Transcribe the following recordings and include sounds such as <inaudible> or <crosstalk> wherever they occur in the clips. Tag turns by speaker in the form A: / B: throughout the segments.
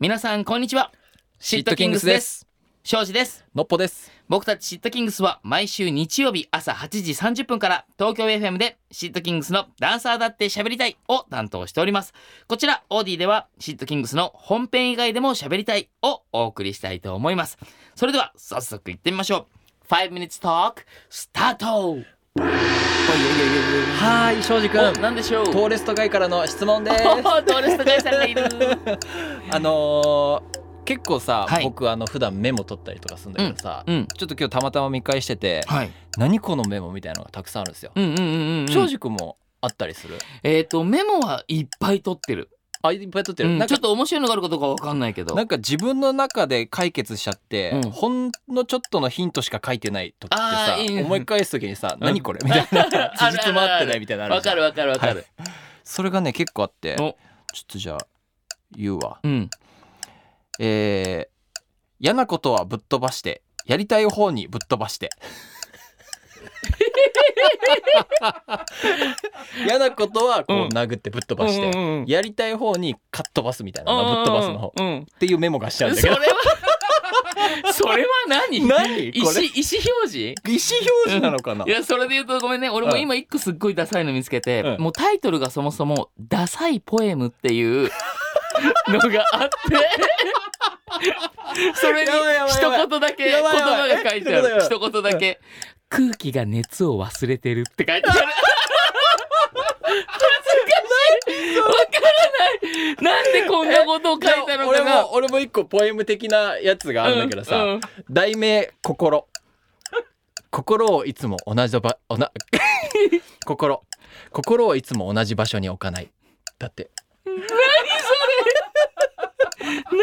A: 皆さんこんにちはシ
B: シ
A: ッ
B: ッ
A: ト
B: ト
A: キ
B: キ
A: ン
B: ン
A: グ
B: グ
A: ス
B: ス
A: で
B: ですす
A: 庄司です
B: のっぽです
A: 僕たちシットキングスは毎週日曜日朝8時30分から東京 FM でシットキングスのダンサーだって喋りたいを担当しておりますこちらオーディではシットキングスの本編以外でも喋りたいをお送りしたいと思いますそれでは早速行ってみましょう5 minutes talk スタート
B: はーい庄司く
A: お
B: ん
A: 何でしょう
B: トーレスト街からの質
A: <laughs>
B: 問です
A: おートーレストガイさんがいる
B: あのー結構さ、
A: はい
B: 僕あの普段メモ取ったりとかするんだけどさ、
A: うん
B: ちょっと今日たまたま見返してて、
A: はい
B: 何このメモみたいなのがたくさんあるんですよ、
A: うんうんうんうん
B: 庄司くんもあったりする
A: えっ、とメモはいっぱい取ってる、
B: あいっぱい取ってる、
A: うん
B: なん
A: ちょ
B: か
A: っと面白いのがあるかどうかわかんないけど
B: な
A: あ
B: んか自分の中で解決しちゃって、
A: うん
B: ほんのちょっとのヒントしか書いてない時ってさ
A: あーいい
B: 思い返す時にさ「
A: うん
B: 何これ?」みたいな
A: る
B: 事実も合ってないみたいなのあ
A: わ
B: るじゃ
A: か
B: ん
A: るわかるわかる、
B: はいそれがね結構あってちょ
A: お
B: っとじゃあ言うわ
A: うん
B: えー嫌なことはぶっ飛ばしてやりたい方にぶっ飛ばして <laughs> 嫌なことはこう殴ってぶっ飛ばして、
A: うん
B: やりたい方にかっ飛ばすみたいなのがぶっ飛ばすの方っ
A: うんうん
B: ていうメモがしちゃうんだ
A: そ
B: け
A: れ
B: ど
A: はそれは何
B: <laughs> 何
A: 意
B: こ
A: 思
B: れ
A: 意思表示
B: 意思表示なのかない
A: やそれで言うとごめんね俺も
B: うん
A: 今一個すっごいダサいの見つけて、
B: うん
A: もうタイトルがそもそも「ダサいポエム」って
B: <laughs>
A: いうのがあってそれに
B: やばいやばいやばい
A: 一言だけ言
B: やばいやば
A: 葉
B: い
A: が書いてあ
B: え
A: る
B: どういうこと
A: 一言だけ「空気が熱を忘れてる」って書いてあ
B: <laughs>
A: る。恥ずかしいわからないなんでこんなことを書いたの
B: 俺
A: かな
B: も俺も一個ポエム的なやつがあるんだけどさ、
A: うんうん
B: 題名「心」心をいつも同じ場おな <laughs> 心心をいつも同じ場所に置かないだって
A: 何それ何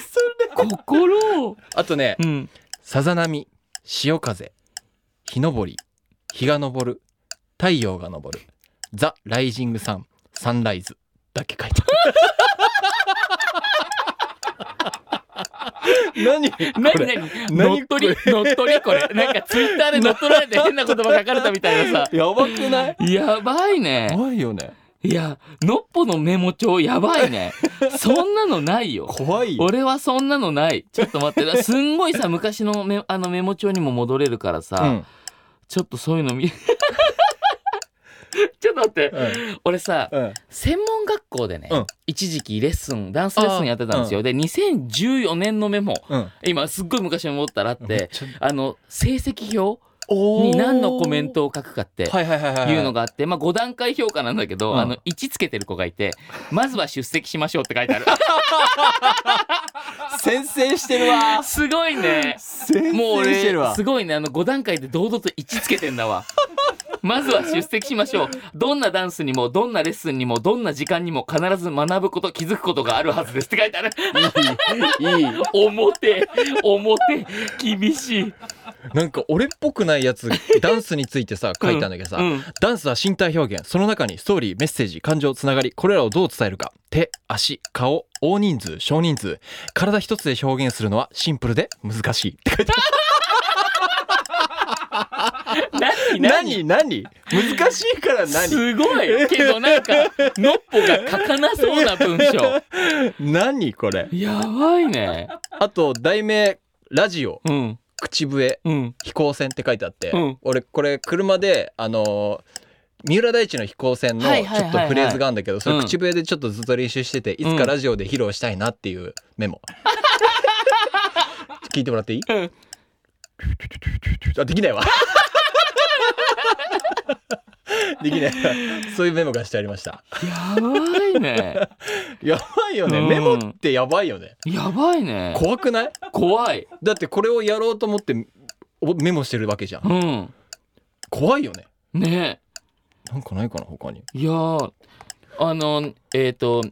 A: それ心を
B: あとね
A: うん
B: 「さざ波」「潮風」「日昇り」「日が昇る」「太陽が昇る」「ザ・ライジングサン」「サンライズ」だけ書いてある何
A: <laughs> 何
B: これ
A: 何乗
B: 何
A: っ取り乗っ取りこれなんかツイッターで乗っ取られて変な言葉書かれたみたいなさ
B: やばくない
A: やばいね
B: 怖いよね
A: いやのっぽのメモ帳やばいねそんなのないよ
B: 怖い
A: 俺はそんなのないちょっと待ってすんごいさ昔のメあのメモ帳にも戻れるからさ、
B: うん
A: ちょっとそういうの見 <laughs> ちょっと待って俺さ
B: うん
A: 専門学校でね、
B: うん
A: 一時期レッスンダンスレッスンやってたんですよ、で2014年のメモ
B: うん
A: 今すっごい昔に戻ったらあっ
B: めってちゃ
A: あの成績表
B: に
A: に何のコメントを書くかって
B: はいはいはいはい
A: いうのがあって、まあ、5段階評価なんだけど、
B: うん
A: あの1つけてる子がいて「まずは出席しましょう」って書いてある
B: 先制してる
A: <laughs>
B: わ
A: すごいね
B: 先
A: もう
B: 制してる
A: 俺
B: わ
A: すごいねあの5段階で堂々と1つけてんだ
B: <laughs>
A: わまずは出席しましょうどんなダンスにもどんなレッスンにもどんな時間にも必ず学ぶこと気づくことがあるはずですって書いてある
B: いい
A: <laughs> 表表厳しい
B: なんか俺っぽくないやつダンスについ
A: <laughs>
B: てさ書いたんだけどさ、
A: うん
B: ダンスは身体表現その中にストーリーメッセージ感情つながりこれらをどう伝えるか手足顔大人数少人数体一つで表現するのはシンプルで難しいって書いて
A: <laughs> 何何
B: 何何難しいから何
A: すごいけどなんかのっぽが書かなそうな文章
B: 何これ
A: <laughs> やばいね
B: あと題名ラジオ
A: うん
B: 口笛
A: うん
B: 飛行船って書いてあって、
A: うん
B: 俺これ車であのー三浦大知の飛行船の
A: はい
B: ち
A: はいはい
B: ょ
A: はい
B: っとフレーズがあるんだけ
A: う
B: ど、
A: ん
B: それ口笛でちょっとずっと練習してて、
A: ん
B: いつかラジオで披露したいなっていうメモ、聞いてもらっていい、
A: うん
B: あできないわできないそういうメモがしてありました
A: やばいね
B: やばいよね、
A: うん
B: メモってやばいよね
A: やばいね
B: 怖くない
A: 怖い
B: だってこれをやろうと思っておメモしてるわけじゃん
A: うん
B: 怖いよね
A: ね
B: なんかないかな他に
A: いやーあのえっ、と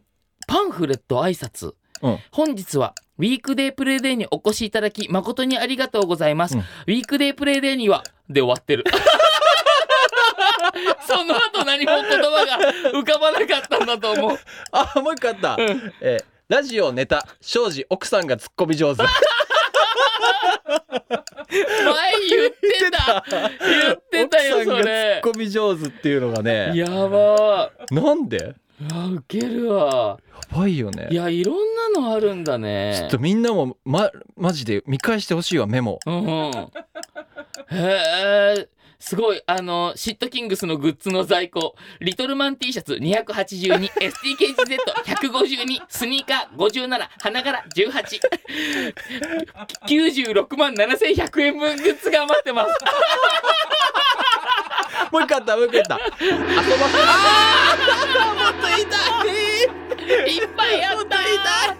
A: パンフレット挨拶、
B: うん
A: 本日はウィークデープレイデーにお越しいただき誠にありがとうございます、
B: うん
A: ウィークデープレイデーにはで終わ <laughs> ってるその後何も言葉が浮かばなかったんだと思う
B: あもう一個あった、
A: ん
B: えーラジオネタ庄司奥さんがツッコミ上手
A: 前言ってた言ってたよ
B: 奥さ
A: そ
B: んが
A: れ
B: ツッコミ上手っていうのがね
A: やば
B: なんで
A: あウケるわ
B: やばいよね
A: いやいろんなのあるんだ
B: ちょ
A: ね
B: っとみんなもまマジで見返してほしいわメモ
A: うんうん、へえすごいあのシットキングスのグッズの在庫リトルマン T シャツ 282STKGZ152 スニーカー57花柄1896万7100円分グッズが余ってます
B: <laughs> もう一回あったもう一回あった遊ばせあーもっと痛い
A: いっぱいあった
B: 痛い